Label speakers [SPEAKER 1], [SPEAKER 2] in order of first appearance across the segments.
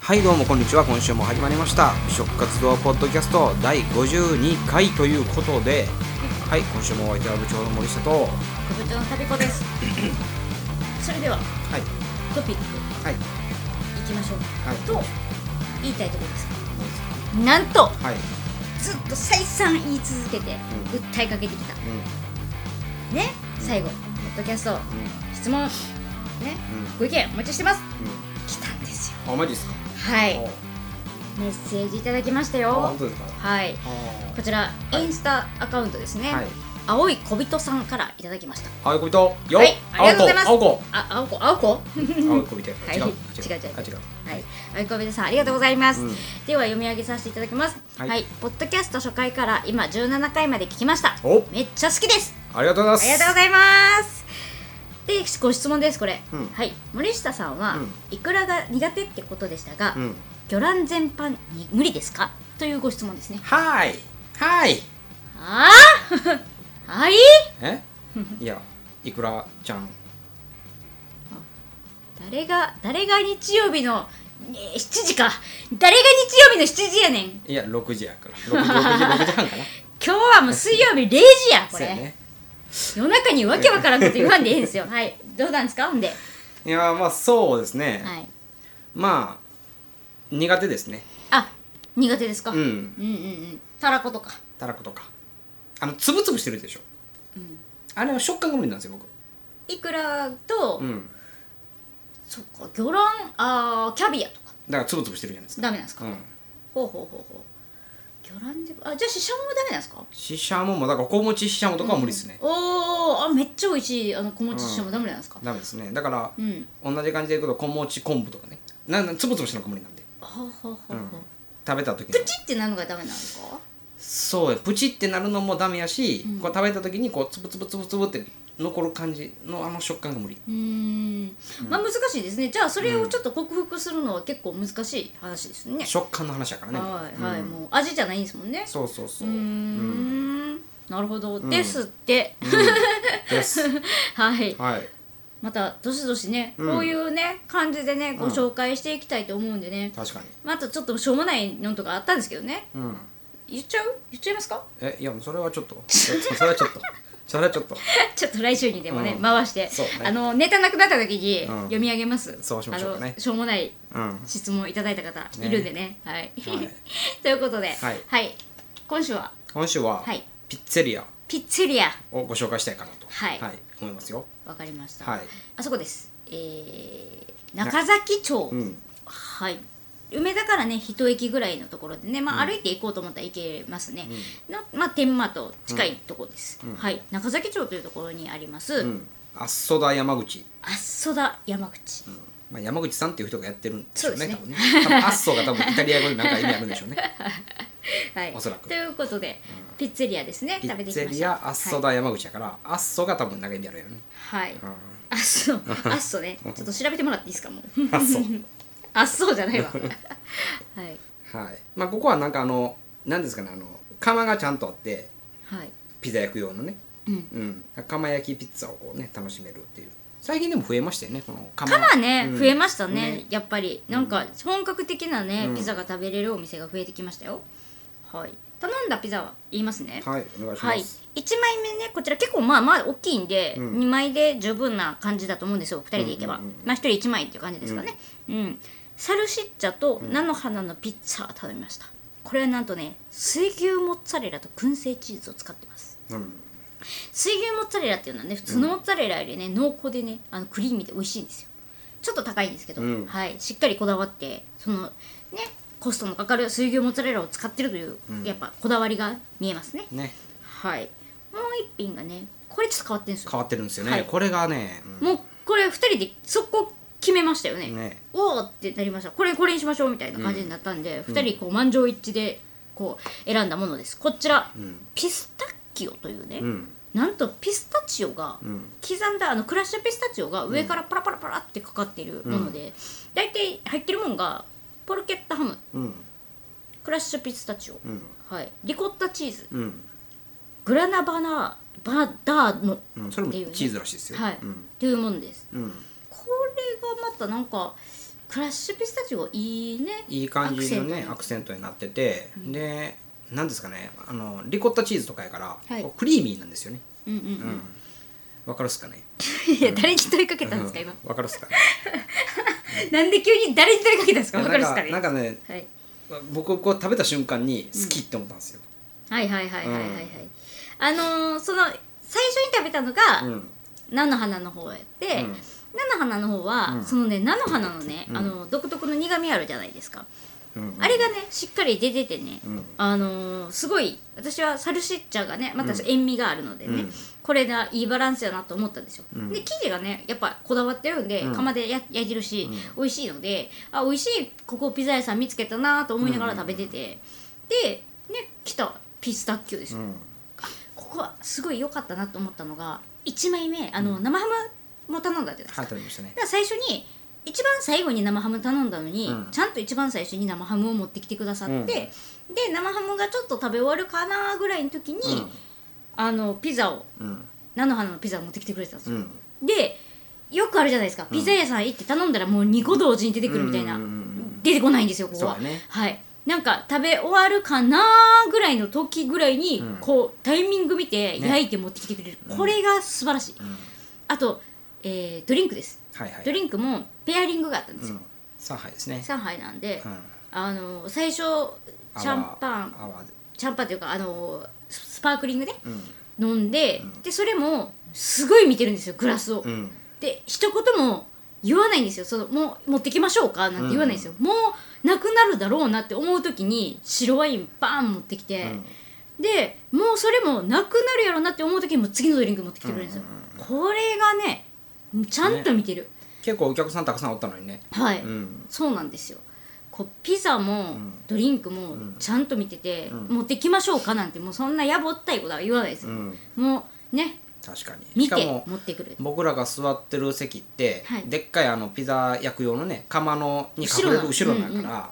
[SPEAKER 1] はいどうもこんにちは今週も始まりました「美食活動ポッドキャスト」第52回ということではい今週もお相手は部長の森下とは
[SPEAKER 2] 部長の旅子です それではいトピック
[SPEAKER 1] はい
[SPEAKER 2] いきましょう、
[SPEAKER 1] はい
[SPEAKER 2] と言いたいところですなんと
[SPEAKER 1] はい
[SPEAKER 2] ずっと再三言い続けて
[SPEAKER 1] う
[SPEAKER 2] 訴えかけてきた
[SPEAKER 1] うん
[SPEAKER 2] ね最後ポッドキャス
[SPEAKER 1] う
[SPEAKER 2] ト
[SPEAKER 1] ん
[SPEAKER 2] 質問ねご意見お待ちしてます
[SPEAKER 1] うん
[SPEAKER 2] 来たんですよ
[SPEAKER 1] うんあマジですか
[SPEAKER 2] はい
[SPEAKER 1] お
[SPEAKER 2] メッセージいただきました
[SPEAKER 1] あ
[SPEAKER 2] よ
[SPEAKER 1] 本当ですか
[SPEAKER 2] はい
[SPEAKER 1] あ
[SPEAKER 2] こちら、
[SPEAKER 1] はい
[SPEAKER 2] インスタアカウントですね、
[SPEAKER 1] はい
[SPEAKER 2] 青い小人さんからいただきました
[SPEAKER 1] 青い小人よ
[SPEAKER 2] はいありがとうございます
[SPEAKER 1] 青子
[SPEAKER 2] あ青子青子は
[SPEAKER 1] 青い小人
[SPEAKER 2] はい
[SPEAKER 1] 違う
[SPEAKER 2] 違う違
[SPEAKER 1] あ違
[SPEAKER 2] う
[SPEAKER 1] う
[SPEAKER 2] い青い小人さんありがとうございます、
[SPEAKER 1] うん
[SPEAKER 2] では読み上げさせていただきます
[SPEAKER 1] は
[SPEAKER 2] はいい、ポッドキャスト初回から今17回まで聞きました
[SPEAKER 1] お
[SPEAKER 2] めっちゃ好きです
[SPEAKER 1] ありがとうございま
[SPEAKER 2] あ
[SPEAKER 1] す
[SPEAKER 2] りがとうございますでご質問ですこれ、
[SPEAKER 1] うん
[SPEAKER 2] はい森下さんは、
[SPEAKER 1] うん
[SPEAKER 2] いくらが苦手ってことでしたが、
[SPEAKER 1] うん
[SPEAKER 2] 魚卵全般に無理ですかというご質問ですね
[SPEAKER 1] はいはい
[SPEAKER 2] ああ はい
[SPEAKER 1] えいやいくらちゃん
[SPEAKER 2] 誰が誰が日曜日の、ねえ7時か誰が日曜日の7時やねん
[SPEAKER 1] いや6時やから6時 ,6 時 半かな
[SPEAKER 2] 今日はもう水曜日0時やこ
[SPEAKER 1] そう
[SPEAKER 2] れ、
[SPEAKER 1] やね
[SPEAKER 2] 夜中にわけわからんこと言わんでええんですよはいどうなんですかほんで
[SPEAKER 1] いやまあそうですね、
[SPEAKER 2] はい
[SPEAKER 1] まあ苦手ですね
[SPEAKER 2] あ苦手ですか、
[SPEAKER 1] う
[SPEAKER 2] うん
[SPEAKER 1] ん
[SPEAKER 2] うんうんたらことか
[SPEAKER 1] たらことかあのつぶつぶしてるでしょ、
[SPEAKER 2] ん
[SPEAKER 1] あれは食感が無理なんですよ
[SPEAKER 2] いくらと、
[SPEAKER 1] 僕うん
[SPEAKER 2] そっか魚卵あーキャビアとか
[SPEAKER 1] だからつぶつぶしてるじゃないですか
[SPEAKER 2] ダメなんですか、
[SPEAKER 1] うん
[SPEAKER 2] ほうほうほうほう魚卵であじゃあシシャモもダメなんですか
[SPEAKER 1] ししゃももだから小餅ししゃもとかは無理ですね、
[SPEAKER 2] おーあめっちゃ美味しいあの小餅シシャモダメなんですか
[SPEAKER 1] ダメですねだから、
[SPEAKER 2] うん
[SPEAKER 1] 同じ感じでいくと小餅昆布とかねなんなんつぶつぶしてるのが無理なんで、
[SPEAKER 2] はははは
[SPEAKER 1] う
[SPEAKER 2] は
[SPEAKER 1] ん、食べた時に
[SPEAKER 2] プチってなるのがダメなんですか
[SPEAKER 1] そうやプチってなるのもダメやし、こう食べた時にこうつぶつぶつぶつぶって残る感じのあの食感が無理
[SPEAKER 2] うーんまあ難しいですねじゃあそれをちょっと克服するのは結構難しい話ですね、
[SPEAKER 1] 食感の話やからね
[SPEAKER 2] はいはい、
[SPEAKER 1] うん
[SPEAKER 2] もう味じゃないんですもんね
[SPEAKER 1] そうそうそう
[SPEAKER 2] うーんなるほど、ですって、
[SPEAKER 1] です
[SPEAKER 2] はい
[SPEAKER 1] はい
[SPEAKER 2] またどしどしね、
[SPEAKER 1] うん
[SPEAKER 2] こういうね感じでねご紹介していきたいと思うんでね、
[SPEAKER 1] 確かに
[SPEAKER 2] またちょっとしょうもないのとかあったんですけどね
[SPEAKER 1] うん
[SPEAKER 2] 言っちゃう言っちゃいますか
[SPEAKER 1] えいやもうそれはちょっとちょっとそれはちょっとそれはちょっと
[SPEAKER 2] ちょっと来週にでもね、
[SPEAKER 1] うん
[SPEAKER 2] 回して、
[SPEAKER 1] そうね
[SPEAKER 2] あのネタなくなった時に
[SPEAKER 1] うん
[SPEAKER 2] 読み上げます、
[SPEAKER 1] そうしましょうかね
[SPEAKER 2] あのしょうもない
[SPEAKER 1] うんは
[SPEAKER 2] 質問いただいた方いるんでねはい、
[SPEAKER 1] い
[SPEAKER 2] ということで
[SPEAKER 1] は
[SPEAKER 2] はい今週は
[SPEAKER 1] 今週は
[SPEAKER 2] はい
[SPEAKER 1] ピッツェリア
[SPEAKER 2] ピッツェリア
[SPEAKER 1] をご紹介したいかなと
[SPEAKER 2] はい
[SPEAKER 1] 思いますよ
[SPEAKER 2] わかりました、
[SPEAKER 1] はい
[SPEAKER 2] あそこですえー、中崎町、
[SPEAKER 1] うん
[SPEAKER 2] はい梅田からね一駅ぐらいのところでね、まあ、歩いて行こうと思ったら行けますね、のまあ、天満と近いところです、はい中崎町というところにあります、
[SPEAKER 1] うんあっそだ山口
[SPEAKER 2] あっそだ山口、
[SPEAKER 1] まあ、山口さんっていう人がやってるんでしょうね
[SPEAKER 2] そうですね
[SPEAKER 1] 多分ね多分アッソが多 分イタリア語になんか意味あるんでしょうね
[SPEAKER 2] はい
[SPEAKER 1] おそらく
[SPEAKER 2] ということで、ピッツェリアですね
[SPEAKER 1] ピ
[SPEAKER 2] 食べて
[SPEAKER 1] ッ
[SPEAKER 2] き
[SPEAKER 1] ツ
[SPEAKER 2] ました
[SPEAKER 1] ェリアアッソだ山口やから、アッソが多分なんか意味あるやろね
[SPEAKER 2] はい、はい
[SPEAKER 1] うん
[SPEAKER 2] あ っそうあっそうねちょっと調べてもらっていいですかもう
[SPEAKER 1] アッソ
[SPEAKER 2] あっそうじゃな いわはい
[SPEAKER 1] はいまあここはなんかあの何ですかねあの釜がちゃんとあって
[SPEAKER 2] はい
[SPEAKER 1] ピザ焼く用のね
[SPEAKER 2] うん
[SPEAKER 1] うん、釜焼きピッツァをこうね楽しめるっていう最近でも増えましたよねこの釜
[SPEAKER 2] まあね、
[SPEAKER 1] うん
[SPEAKER 2] 増えましたね
[SPEAKER 1] ね
[SPEAKER 2] やっぱりなんか本格的なね、ピザが食べれるお店が増えてきましたよはい頼んだピザは言いますね
[SPEAKER 1] はいお願いし
[SPEAKER 2] は
[SPEAKER 1] ま
[SPEAKER 2] い、
[SPEAKER 1] す、
[SPEAKER 2] 1枚目ねこちら結構まあまあ大きいんで、
[SPEAKER 1] ん
[SPEAKER 2] 2枚で十分な感じだと思うんですよ2人で行けば、
[SPEAKER 1] うんうんうん
[SPEAKER 2] まあ1人1枚っていう感じですかねうん、サルシッチャと菜の花のピッツァを食べましたこれはなんとね水牛モッツァレラと燻製チーズを使ってます
[SPEAKER 1] うん
[SPEAKER 2] 水牛モッツァレラっていうのはね普通のモッツァレラよりね、濃厚でねあのクリーミーで美味しいんですよちょっと高いんですけど、
[SPEAKER 1] うん
[SPEAKER 2] はい、しっかりこだわってそのねコストのかかる水牛モッツァレラを使ってるという、やっぱこだわりが見えますね
[SPEAKER 1] ね
[SPEAKER 2] はいもう一品がねこれちょっと変わってるんですよ
[SPEAKER 1] 変わってるんですよね、
[SPEAKER 2] はい
[SPEAKER 1] これがね、うん
[SPEAKER 2] もうこれ2人でそこ決めましたよね
[SPEAKER 1] ね
[SPEAKER 2] おおってなりましたこれこれにしましょうみたいな感じになったんで、二2人こう満場一致でこう選んだものですこちら、ピスタッキオというね、
[SPEAKER 1] うん
[SPEAKER 2] なんとピスタチオが、刻んだあのクラッシュピスタチオが上からパラパラパラってかかってるもので、大体入ってるもんがポルケッタハム
[SPEAKER 1] うん
[SPEAKER 2] クラッシュピスタチオ、
[SPEAKER 1] ん
[SPEAKER 2] はい、リコッタチーズ
[SPEAKER 1] うん、
[SPEAKER 2] グラナバナバダーノ
[SPEAKER 1] うん、それも
[SPEAKER 2] っていうね
[SPEAKER 1] チーズらしいですよ、
[SPEAKER 2] はい、
[SPEAKER 1] うん
[SPEAKER 2] というものです
[SPEAKER 1] うん
[SPEAKER 2] これがまたなんかクラッシュピスタチオいいね
[SPEAKER 1] いい感じのねア
[SPEAKER 2] アク
[SPEAKER 1] クセントになってて、でなんですかねあのリコッタチーズとかやから、
[SPEAKER 2] はい
[SPEAKER 1] こうクリーミーなんですよね
[SPEAKER 2] うんうんう
[SPEAKER 1] うん
[SPEAKER 2] ん
[SPEAKER 1] わかるっすかね
[SPEAKER 2] いや誰に問いかけたんですか
[SPEAKER 1] うん
[SPEAKER 2] 今
[SPEAKER 1] わかるっすか
[SPEAKER 2] なんで急に誰に問いかけたんですか
[SPEAKER 1] いや
[SPEAKER 2] わかるっすか
[SPEAKER 1] な
[SPEAKER 2] ね
[SPEAKER 1] んかなんかね
[SPEAKER 2] はい
[SPEAKER 1] 僕こう食べた瞬間に好きって思ったんですよ、
[SPEAKER 2] はいはいはいはいはいは
[SPEAKER 1] うん
[SPEAKER 2] いあのーその最初に食べたのが
[SPEAKER 1] うん
[SPEAKER 2] 菜の花の方やって菜
[SPEAKER 1] うん
[SPEAKER 2] の花の方
[SPEAKER 1] う
[SPEAKER 2] は
[SPEAKER 1] ん
[SPEAKER 2] そのね菜の花のね
[SPEAKER 1] ん
[SPEAKER 2] あの独特の苦味あるじゃないですか
[SPEAKER 1] うん
[SPEAKER 2] あれがねしっかり出ててね
[SPEAKER 1] うん
[SPEAKER 2] あのーすごい私はサルシッチャがねまた
[SPEAKER 1] うん
[SPEAKER 2] 塩味があるのでね、
[SPEAKER 1] うん
[SPEAKER 2] これがいいバランスやなと思ったんですよ、
[SPEAKER 1] うん
[SPEAKER 2] で生地がねやっぱこだわってるんで、
[SPEAKER 1] うん
[SPEAKER 2] 釜でや焼いてるし、美味しいのであ美味しいここピザ屋さん見つけたなと思いながら食べてて、でね来たピスタッキオです
[SPEAKER 1] う
[SPEAKER 2] よ、
[SPEAKER 1] ん
[SPEAKER 2] ここはすごい良かったなと思ったのが1枚目あの、生ハムも頼んだじゃないですか
[SPEAKER 1] はい食べましたね
[SPEAKER 2] だから最初に一番最後に生ハム頼んだのに、
[SPEAKER 1] うん
[SPEAKER 2] ちゃんと一番最初に生ハムを持ってきてくださって、
[SPEAKER 1] うん
[SPEAKER 2] で生ハムがちょっと食べ終わるかなぐらいの時に、あのピザを
[SPEAKER 1] うん
[SPEAKER 2] 菜の花のピザを持ってきてくれてたんです
[SPEAKER 1] う
[SPEAKER 2] よ、
[SPEAKER 1] ん
[SPEAKER 2] でよくあるじゃないですかピザ屋さん行って頼んだらもう2個同時に出てくるみたいな、
[SPEAKER 1] うんうんうんうん
[SPEAKER 2] 出てこないんですよここは、
[SPEAKER 1] そうだね
[SPEAKER 2] はいなんか食べ終わるかなぐらいの時ぐらいに、
[SPEAKER 1] うん
[SPEAKER 2] こうタイミング見て
[SPEAKER 1] ね
[SPEAKER 2] 焼いて持ってきてくれる、
[SPEAKER 1] うん
[SPEAKER 2] これが素晴らしい、
[SPEAKER 1] うん
[SPEAKER 2] あと、えードリンクです
[SPEAKER 1] はいはい
[SPEAKER 2] ドリンクもペアリングがあったんです
[SPEAKER 1] う
[SPEAKER 2] よ、
[SPEAKER 1] ん上海ですね
[SPEAKER 2] 上海なんで、
[SPEAKER 1] うん
[SPEAKER 2] あの最初シャンパン
[SPEAKER 1] 泡泡で
[SPEAKER 2] シャンパンというかあのススパークリングで
[SPEAKER 1] うん
[SPEAKER 2] 飲んで、でそれもすごい見てるんですよグラスを、
[SPEAKER 1] うん
[SPEAKER 2] で一言も言わないんですよそのもう持ってきましょうかなんて言わないんですよ、もうなくなるだろうなって思う時に白ワインバーン持ってきて、
[SPEAKER 1] うん
[SPEAKER 2] でもうそれもなくなるやろなって思う時にも次のドリンク持ってきてくれるんですよ、これがねちゃんと見てる、
[SPEAKER 1] 結構お客さんたくさんおったのにね
[SPEAKER 2] はい、
[SPEAKER 1] うん
[SPEAKER 2] そうなんですよこうピザもドリンクもちゃんと見てて、
[SPEAKER 1] ん
[SPEAKER 2] 持ってきましょうかなんてもうそんなやぼったいことは言わないです
[SPEAKER 1] う
[SPEAKER 2] よ、
[SPEAKER 1] ん
[SPEAKER 2] もうね
[SPEAKER 1] 確かに
[SPEAKER 2] 見
[SPEAKER 1] しか
[SPEAKER 2] て
[SPEAKER 1] も
[SPEAKER 2] 持ってくる
[SPEAKER 1] 僕らが座ってる席って、
[SPEAKER 2] はい
[SPEAKER 1] でっかいあのピザ焼く用のね釜のに隠れる後
[SPEAKER 2] 後ろ
[SPEAKER 1] ろ
[SPEAKER 2] の
[SPEAKER 1] だから、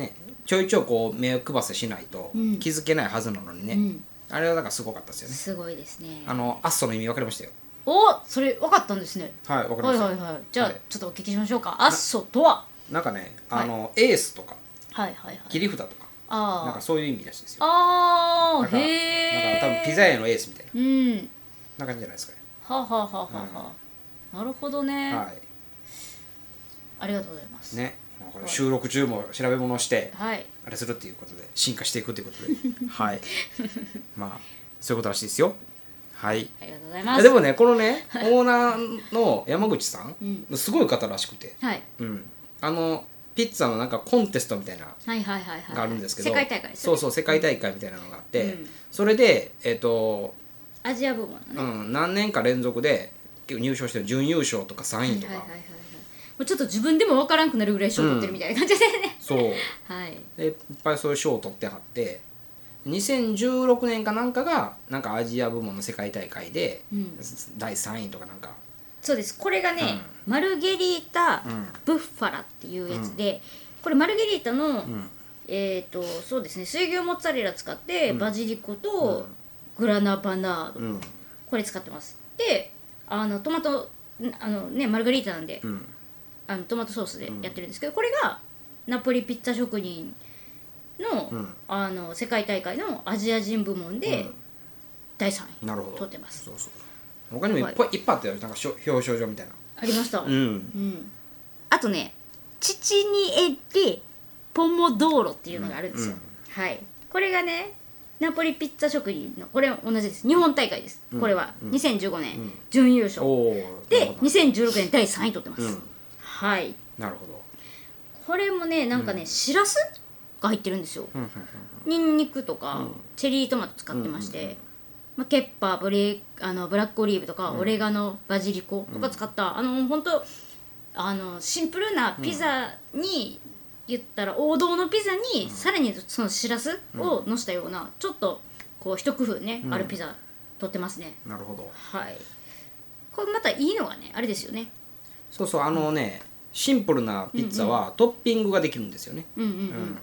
[SPEAKER 1] ねちょいちょいこう目を配せしないと
[SPEAKER 2] うん
[SPEAKER 1] 気づけないはずなのにね、
[SPEAKER 2] うん
[SPEAKER 1] あれはだからすごかったですよね
[SPEAKER 2] すごいですね
[SPEAKER 1] あのアッソの意味分かりましたよ
[SPEAKER 2] おそれ分かったんですね
[SPEAKER 1] はい分かりま
[SPEAKER 2] はい
[SPEAKER 1] した、
[SPEAKER 2] はいはいじゃあ、
[SPEAKER 1] はい
[SPEAKER 2] ちょっとお聞きしましょうかアッソとは
[SPEAKER 1] なんかね
[SPEAKER 2] はい
[SPEAKER 1] あの、エースとか
[SPEAKER 2] はいはいは
[SPEAKER 1] 切
[SPEAKER 2] い
[SPEAKER 1] り札とかなん
[SPEAKER 2] あ
[SPEAKER 1] か
[SPEAKER 2] ー
[SPEAKER 1] そういう意味らしいですよ
[SPEAKER 2] あ
[SPEAKER 1] だ
[SPEAKER 2] ー
[SPEAKER 1] から
[SPEAKER 2] へ
[SPEAKER 1] なんか多
[SPEAKER 2] え
[SPEAKER 1] 分ピザ屋のエースみたいな
[SPEAKER 2] うん
[SPEAKER 1] な感じじゃないですかね
[SPEAKER 2] はあはあはあはあはあなるほどね、
[SPEAKER 1] は
[SPEAKER 2] ありがとうございます
[SPEAKER 1] いねもうこれ収録中も調べ物して
[SPEAKER 2] はい
[SPEAKER 1] あれするっていうことで進化していくっていうこと ではいまあそういうことらしいですよはい
[SPEAKER 2] ありがとうござい
[SPEAKER 1] い
[SPEAKER 2] ま
[SPEAKER 1] や
[SPEAKER 2] す
[SPEAKER 1] でもねこのねオーナーの山口さん、
[SPEAKER 2] う
[SPEAKER 1] すごい方らしくて、
[SPEAKER 2] はい
[SPEAKER 1] うん、あのピッツァのなんかコンテストみたいな
[SPEAKER 2] はいはいはいはい
[SPEAKER 1] があるんですけど、
[SPEAKER 2] 世界大会ですよ
[SPEAKER 1] そうそう世界大会みたいなのがあって、
[SPEAKER 2] うん
[SPEAKER 1] それでえっ、と、
[SPEAKER 2] アジア部門のね
[SPEAKER 1] うん、何年か連続で結構入賞してる準優勝とか3位とか、
[SPEAKER 2] はいはいはいはいはいもうちょっと自分でも分からんくなるぐらい賞取ってるみたいな感じです ね、
[SPEAKER 1] そう
[SPEAKER 2] はい
[SPEAKER 1] でいっぱいそういう賞を取ってはって2016年かなんかがなんかアジア部門の世界大会で、
[SPEAKER 2] うん
[SPEAKER 1] 第3位とかなんか
[SPEAKER 2] そうですこれがね、マルゲリータ・ブッファラっていうやつで、これマルゲリータの、えっ、とそうですね水牛モッツァレラ使って、バジリコとグラナバナード、
[SPEAKER 1] うん
[SPEAKER 2] これ使ってますであのトマトんあのねマルゲリータなんで、
[SPEAKER 1] うん
[SPEAKER 2] あのトマトソースでやってるんですけど、これがナポリピッツァ職人の,、
[SPEAKER 1] ん
[SPEAKER 2] あの世界大会のアジア人部門で第3位、
[SPEAKER 1] なるほど
[SPEAKER 2] 取ってます
[SPEAKER 1] そうそう他にもいっぱい,、い、っぱいあったよなんかしょ表彰状みたいな
[SPEAKER 2] ありました、
[SPEAKER 1] ん
[SPEAKER 2] うんあとねチチニエでポモドーロっていうのがあるんですよ、はいこれがねナポリピッツァ職人のこれ同じです日本大会です、これは2015年準優勝、
[SPEAKER 1] おお
[SPEAKER 2] で2016年第3位取ってます、
[SPEAKER 1] うん
[SPEAKER 2] はい
[SPEAKER 1] なるほど
[SPEAKER 2] これもねなんかね、しらすが入ってるんですよ、にんにくとか、チェリートマト使ってまして、まあ、ケッパーブレあのブラックオリーブとか、オレガノバジリコとか使った、あの本当あのシンプルなピザに、言ったら王道のピザに、さらにそのしらすをのしたようなちょっとこう一工夫ね、あるピザとってますね
[SPEAKER 1] なるほど
[SPEAKER 2] はいこれまたいいのがねあれですよね
[SPEAKER 1] そうそうあのねシンプルなピッツァはトッピングができるんですよね、
[SPEAKER 2] うんうんうん、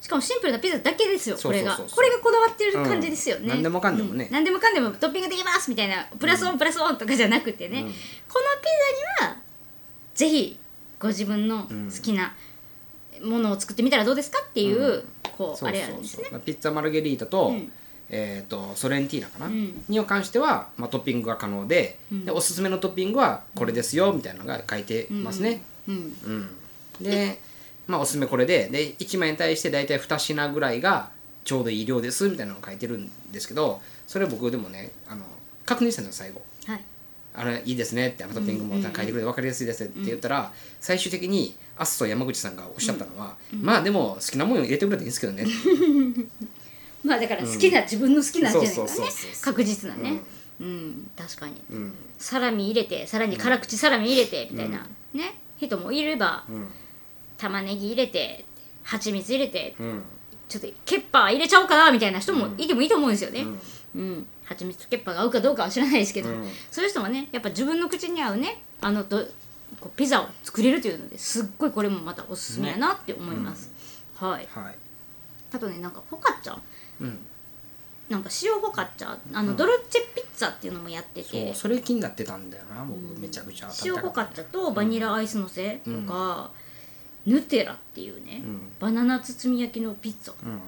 [SPEAKER 2] しかもシンプルなピザだけですよ
[SPEAKER 1] そ
[SPEAKER 2] こ
[SPEAKER 1] うそうそ
[SPEAKER 2] れ
[SPEAKER 1] う
[SPEAKER 2] が
[SPEAKER 1] そう
[SPEAKER 2] これがこだわってる感じですよね、
[SPEAKER 1] うん何でもかんでもね
[SPEAKER 2] う何でもかんでもトッピングできますみたいなプラスオンプラスオンとかじゃなくてね、このピザにはぜひご自分の好きなものを作ってみたらどうですかっていう、こう
[SPEAKER 1] そう
[SPEAKER 2] あれあ
[SPEAKER 1] そ
[SPEAKER 2] るん
[SPEAKER 1] う
[SPEAKER 2] です
[SPEAKER 1] そ
[SPEAKER 2] ね
[SPEAKER 1] うまあピッツァマルゲリータと,、
[SPEAKER 2] うん
[SPEAKER 1] えー、とソレンティーナかな、
[SPEAKER 2] うん
[SPEAKER 1] に関しては、まあ、トッピングが可能で,、でおすすめのトッピングはこれですよみたいなのが書いてますね、
[SPEAKER 2] うん
[SPEAKER 1] うん、で、まあ、おすすめこれでで1枚に対して大体2品ぐらいがちょうどいい量ですみたいなのを書いてるんですけどそれ僕でもねあの確認したんですよ最後
[SPEAKER 2] はい
[SPEAKER 1] あれいいですねってあのトッピングも書いてくれて分かりやすいですねって言ったら、最終的にアスと山口さんがおっしゃったのは、まあでも好きなもの入れてくれていいんですけどねって
[SPEAKER 2] まあだから好きな、自分の好きな味じゃない
[SPEAKER 1] そ
[SPEAKER 2] か
[SPEAKER 1] う
[SPEAKER 2] ら
[SPEAKER 1] そう
[SPEAKER 2] ね
[SPEAKER 1] そうそう
[SPEAKER 2] 確実なねうん、確かに、
[SPEAKER 1] ん
[SPEAKER 2] サラミ入れてさらに辛口サラミ入れてみたいな、ね人もいれば、玉ねぎ入れて蜂蜜入れて、
[SPEAKER 1] ん
[SPEAKER 2] ちょっとケッパー入れちゃおうかなみたいな人もいてもいいと思うんですよねうん、蜂蜜とケッパーが合うかどうかは知らないですけど、そういう人はねやっぱ自分の口に合うねあのどこうピザを作れるというのですっごいこれもまたおすすめやなって思います、はい
[SPEAKER 1] はい、
[SPEAKER 2] あとねなんかフォカッチャ
[SPEAKER 1] うん、
[SPEAKER 2] なんか塩フォカッチャあの、ドルチェピッツァっていうのもやって
[SPEAKER 1] そ
[SPEAKER 2] て
[SPEAKER 1] うそれ気になってたんだよな僕めちゃくちゃ
[SPEAKER 2] 塩フォカッチャとバニラアイスのせとか、ヌテラっていうね、
[SPEAKER 1] ん
[SPEAKER 2] バナナ包み焼きのピッツァ、
[SPEAKER 1] うん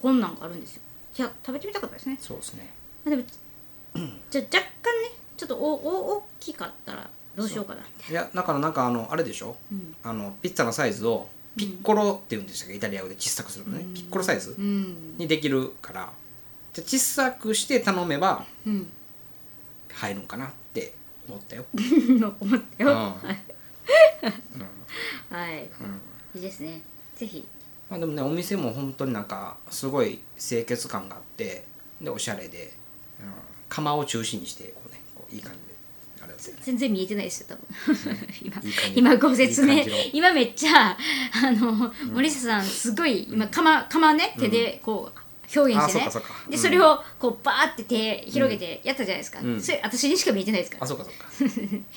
[SPEAKER 2] こんなんがあるんですよいや食べてみたかったですね
[SPEAKER 1] そうですね
[SPEAKER 2] あ でもじゃ若干ねちょっとおお大きかったらどうしようかなみたい
[SPEAKER 1] いやだからなんかあのあれでしょ、あのピッツァのサイズをピッコロって言うんでしたっけイタリア語で小さくするのね、ピッコロサイズ
[SPEAKER 2] なうん
[SPEAKER 1] にできるからじゃ小さくして頼めば
[SPEAKER 2] うん
[SPEAKER 1] 入るんかなって思った よ、
[SPEAKER 2] 思った
[SPEAKER 1] うん
[SPEAKER 2] よ、
[SPEAKER 1] ま
[SPEAKER 2] はい、いいですねぜひ
[SPEAKER 1] あ、でもねお店も本当になんかすごい清潔感があってでおしゃれで、うん、釜を中心にしてこうねこういい感じであれですよね
[SPEAKER 2] 全然見えてないですよ多分 今
[SPEAKER 1] いい感じ
[SPEAKER 2] 今ご説明
[SPEAKER 1] いい感じの
[SPEAKER 2] 今めっちゃあの、森下さんすごい今釜釜ね手でこう表現してね、
[SPEAKER 1] あそっかそっか
[SPEAKER 2] でそれをこうバーって手広げてやったじゃないですか、
[SPEAKER 1] うん
[SPEAKER 2] それ私にしか見えてないですから
[SPEAKER 1] あそうかそうか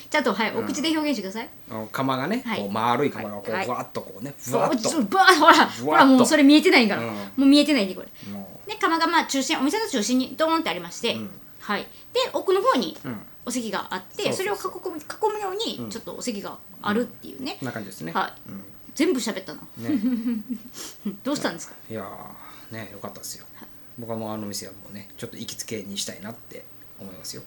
[SPEAKER 2] ちゃんとはいお口で表現してください、
[SPEAKER 1] あの釜がね、
[SPEAKER 2] はい
[SPEAKER 1] こう丸い釜がこう、
[SPEAKER 2] はい
[SPEAKER 1] ふわっとこうねふ
[SPEAKER 2] バ
[SPEAKER 1] わ
[SPEAKER 2] ー
[SPEAKER 1] っ
[SPEAKER 2] ッ
[SPEAKER 1] と
[SPEAKER 2] バーッほらほら
[SPEAKER 1] ふわっ
[SPEAKER 2] も
[SPEAKER 1] と
[SPEAKER 2] うそれ見えてないから、
[SPEAKER 1] うん
[SPEAKER 2] もう見えてないねこれ
[SPEAKER 1] も
[SPEAKER 2] で釜がまあ中心お店の中心にドーンってありまして、はい、で奥の方に
[SPEAKER 1] ん
[SPEAKER 2] お席があって、
[SPEAKER 1] そう
[SPEAKER 2] そ
[SPEAKER 1] そう
[SPEAKER 2] れを
[SPEAKER 1] そ
[SPEAKER 2] 囲む囲むようにちょっとお席があるっていうね、
[SPEAKER 1] うな感じですね、
[SPEAKER 2] はい、全部喋ったな、どうしたんですか、
[SPEAKER 1] いやーね良かったですよ、僕はもうあの店はもうねちょっと行きつけにしたいなって思いますよ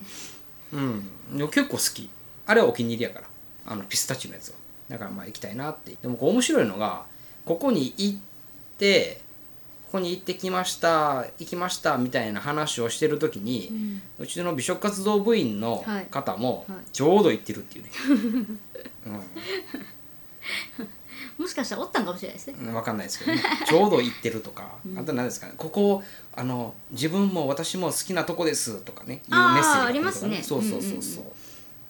[SPEAKER 1] うんでも結構好きあれはお気に入りやからあのピスタチオのやつはだからまあ行きたいなってでもこう面白いのがここに行ってここに行ってきました行きましたみたいな話をしてる時に、うちの美食活動部員の方も
[SPEAKER 2] はいはい
[SPEAKER 1] ちょうど行ってるっていうね、
[SPEAKER 2] もしかしたらおったんかもしれないですね、
[SPEAKER 1] わかんないですけど、 ね、ちょうど行ってるとか、あと何ですかねここあの自分も私も好きなとこですとかねいうメ
[SPEAKER 2] あー
[SPEAKER 1] ッセージが
[SPEAKER 2] ありますね
[SPEAKER 1] そうそうそうそう、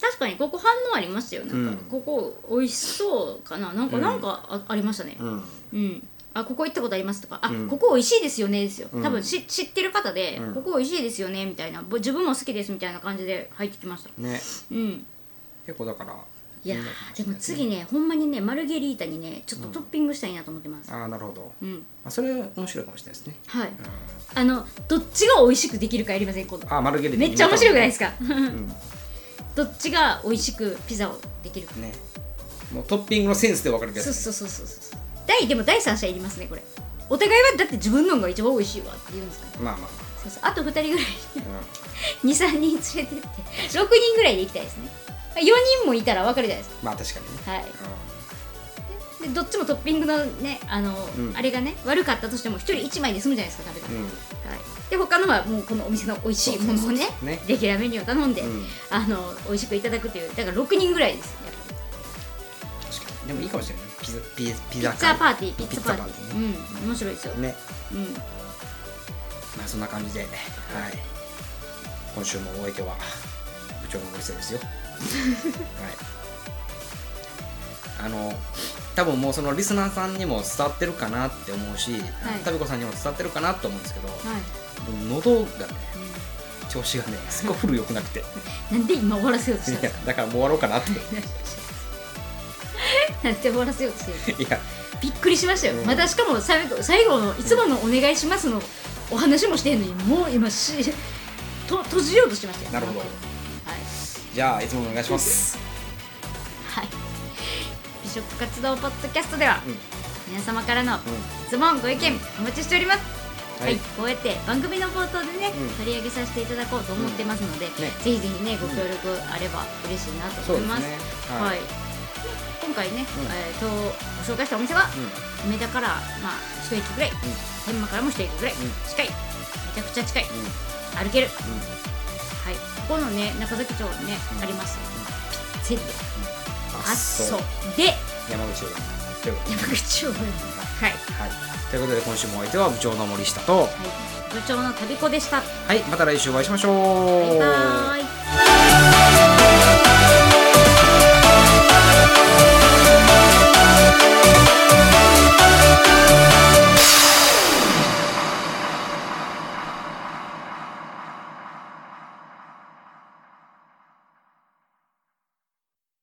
[SPEAKER 2] 確かにここ反応ありましたよなんか、
[SPEAKER 1] うん
[SPEAKER 2] ここ美味しそうかななんか、なんかあありましたね
[SPEAKER 1] うん
[SPEAKER 2] うんあここ行ったことありますとかあ、
[SPEAKER 1] うん
[SPEAKER 2] ここ美味しいですよねですよ、
[SPEAKER 1] うん
[SPEAKER 2] 多分し知ってる方で、
[SPEAKER 1] うん
[SPEAKER 2] ここ美味しいですよねみたいなぼ自分も好きですみたいな感じで入ってきました
[SPEAKER 1] ね
[SPEAKER 2] うん
[SPEAKER 1] 結構だから
[SPEAKER 2] いや
[SPEAKER 1] みんな
[SPEAKER 2] ーでも次ねほんまにねマルゲリータにねちょっとトッピングしたいなと思ってます
[SPEAKER 1] ああなるほど、
[SPEAKER 2] うん、
[SPEAKER 1] あ、それ面白いかもしれないですね、
[SPEAKER 2] はい
[SPEAKER 1] うん
[SPEAKER 2] あのどっちが美味しくできるかやりません今度
[SPEAKER 1] あーマルゲリータ
[SPEAKER 2] めっちゃ面白くない
[SPEAKER 1] い
[SPEAKER 2] ですか
[SPEAKER 1] ん
[SPEAKER 2] どっちが美味しくピザをできるか
[SPEAKER 1] ねもうトッピングのセンスで分かるけど
[SPEAKER 2] そうそうそうそうそう第でも第三者いりますねこれお互いはだって自分のが一番美味しいわって言うんですから
[SPEAKER 1] まあま
[SPEAKER 2] そうそうあと2人ぐらい
[SPEAKER 1] あ、
[SPEAKER 2] 23人連れてって6人ぐらいで行きたいですね4人もいたら分かるじゃないです
[SPEAKER 1] うん、まあ確かにね、
[SPEAKER 2] かはい
[SPEAKER 1] うん
[SPEAKER 2] でどっちもトッピングのねあの、
[SPEAKER 1] うん
[SPEAKER 2] あれがね悪かったとしても1人1枚で済むじゃないですか食べたら、
[SPEAKER 1] うん
[SPEAKER 2] はい、で他のはもうこのお店の美味しいもの
[SPEAKER 1] そ
[SPEAKER 2] をね
[SPEAKER 1] うそうそうね
[SPEAKER 2] レギュラーメニューを頼んで、
[SPEAKER 1] うん
[SPEAKER 2] あの美味しくいただくというだから6人ぐらいですやっぱり
[SPEAKER 1] 確かにでもいいかもしれないねピザピザピ
[SPEAKER 2] ピ
[SPEAKER 1] ザ
[SPEAKER 2] ッツァパーティー
[SPEAKER 1] ピ
[SPEAKER 2] ピッ
[SPEAKER 1] ッ
[SPEAKER 2] ツ
[SPEAKER 1] ツ
[SPEAKER 2] ァ
[SPEAKER 1] ァ
[SPEAKER 2] パ
[SPEAKER 1] パー
[SPEAKER 2] ーテ
[SPEAKER 1] ティ
[SPEAKER 2] ィー
[SPEAKER 1] ーね
[SPEAKER 2] うん面白いですよ、
[SPEAKER 1] ね
[SPEAKER 2] うん
[SPEAKER 1] まあそんな感じで、はい、今週もお相手は部長の森瀬 ですよ。はい。あの多分もうそのリスナーさんにも伝わってるかなって思うし、タビコさんにも伝わってるかなと思うんですけど、
[SPEAKER 2] はい、
[SPEAKER 1] 喉がね調子 がねすごい古良くなくて、い
[SPEAKER 2] うんなんで今終わらせようとしたんで
[SPEAKER 1] や
[SPEAKER 2] すか
[SPEAKER 1] だからもう終わろうかな って。い
[SPEAKER 2] なんで終わらせようとしてる
[SPEAKER 1] や
[SPEAKER 2] びっくりしましたよ、
[SPEAKER 1] うん
[SPEAKER 2] またしかも最後最後のいつもの「お願いしますの」お話もしてんのにもう今しと閉じようとしてましたよ
[SPEAKER 1] なるほど
[SPEAKER 2] はい、
[SPEAKER 1] じゃあいつものお願いします。
[SPEAKER 2] はい、美食活動ポッドキャストでは、
[SPEAKER 1] うん
[SPEAKER 2] 皆様からの
[SPEAKER 1] ん
[SPEAKER 2] 質問ご意見お待ちしております
[SPEAKER 1] は
[SPEAKER 2] はいい、こうやって番組の冒頭でね、
[SPEAKER 1] うん
[SPEAKER 2] 取り上げさせていただこうと思ってますので、
[SPEAKER 1] ね
[SPEAKER 2] ぜひぜひねご協力あれば嬉しいなと
[SPEAKER 1] そう
[SPEAKER 2] 思
[SPEAKER 1] です
[SPEAKER 2] います。
[SPEAKER 1] ね
[SPEAKER 2] はい、で今回
[SPEAKER 1] ん
[SPEAKER 2] ね、えーとご紹介したお店は、
[SPEAKER 1] う
[SPEAKER 2] 梅田からまあ一駅ぐらい、天満からも一駅ぐらい、
[SPEAKER 1] ん
[SPEAKER 2] 近いめちゃくちゃ近い
[SPEAKER 1] んうん
[SPEAKER 2] 歩ける
[SPEAKER 1] うん
[SPEAKER 2] はいここのね中崎町にね、
[SPEAKER 1] うん
[SPEAKER 2] ありますピッツェリア
[SPEAKER 1] あ
[SPEAKER 2] ア
[SPEAKER 1] っ
[SPEAKER 2] ッ
[SPEAKER 1] そ
[SPEAKER 2] ソ
[SPEAKER 1] う
[SPEAKER 2] で
[SPEAKER 1] 山口親ということで
[SPEAKER 2] 山口をはい、はい、
[SPEAKER 1] はいということで今週もお相手は部長の森下と
[SPEAKER 2] 部長の旅子でした
[SPEAKER 1] はいまた来週お会いしましょう
[SPEAKER 2] バイバーイ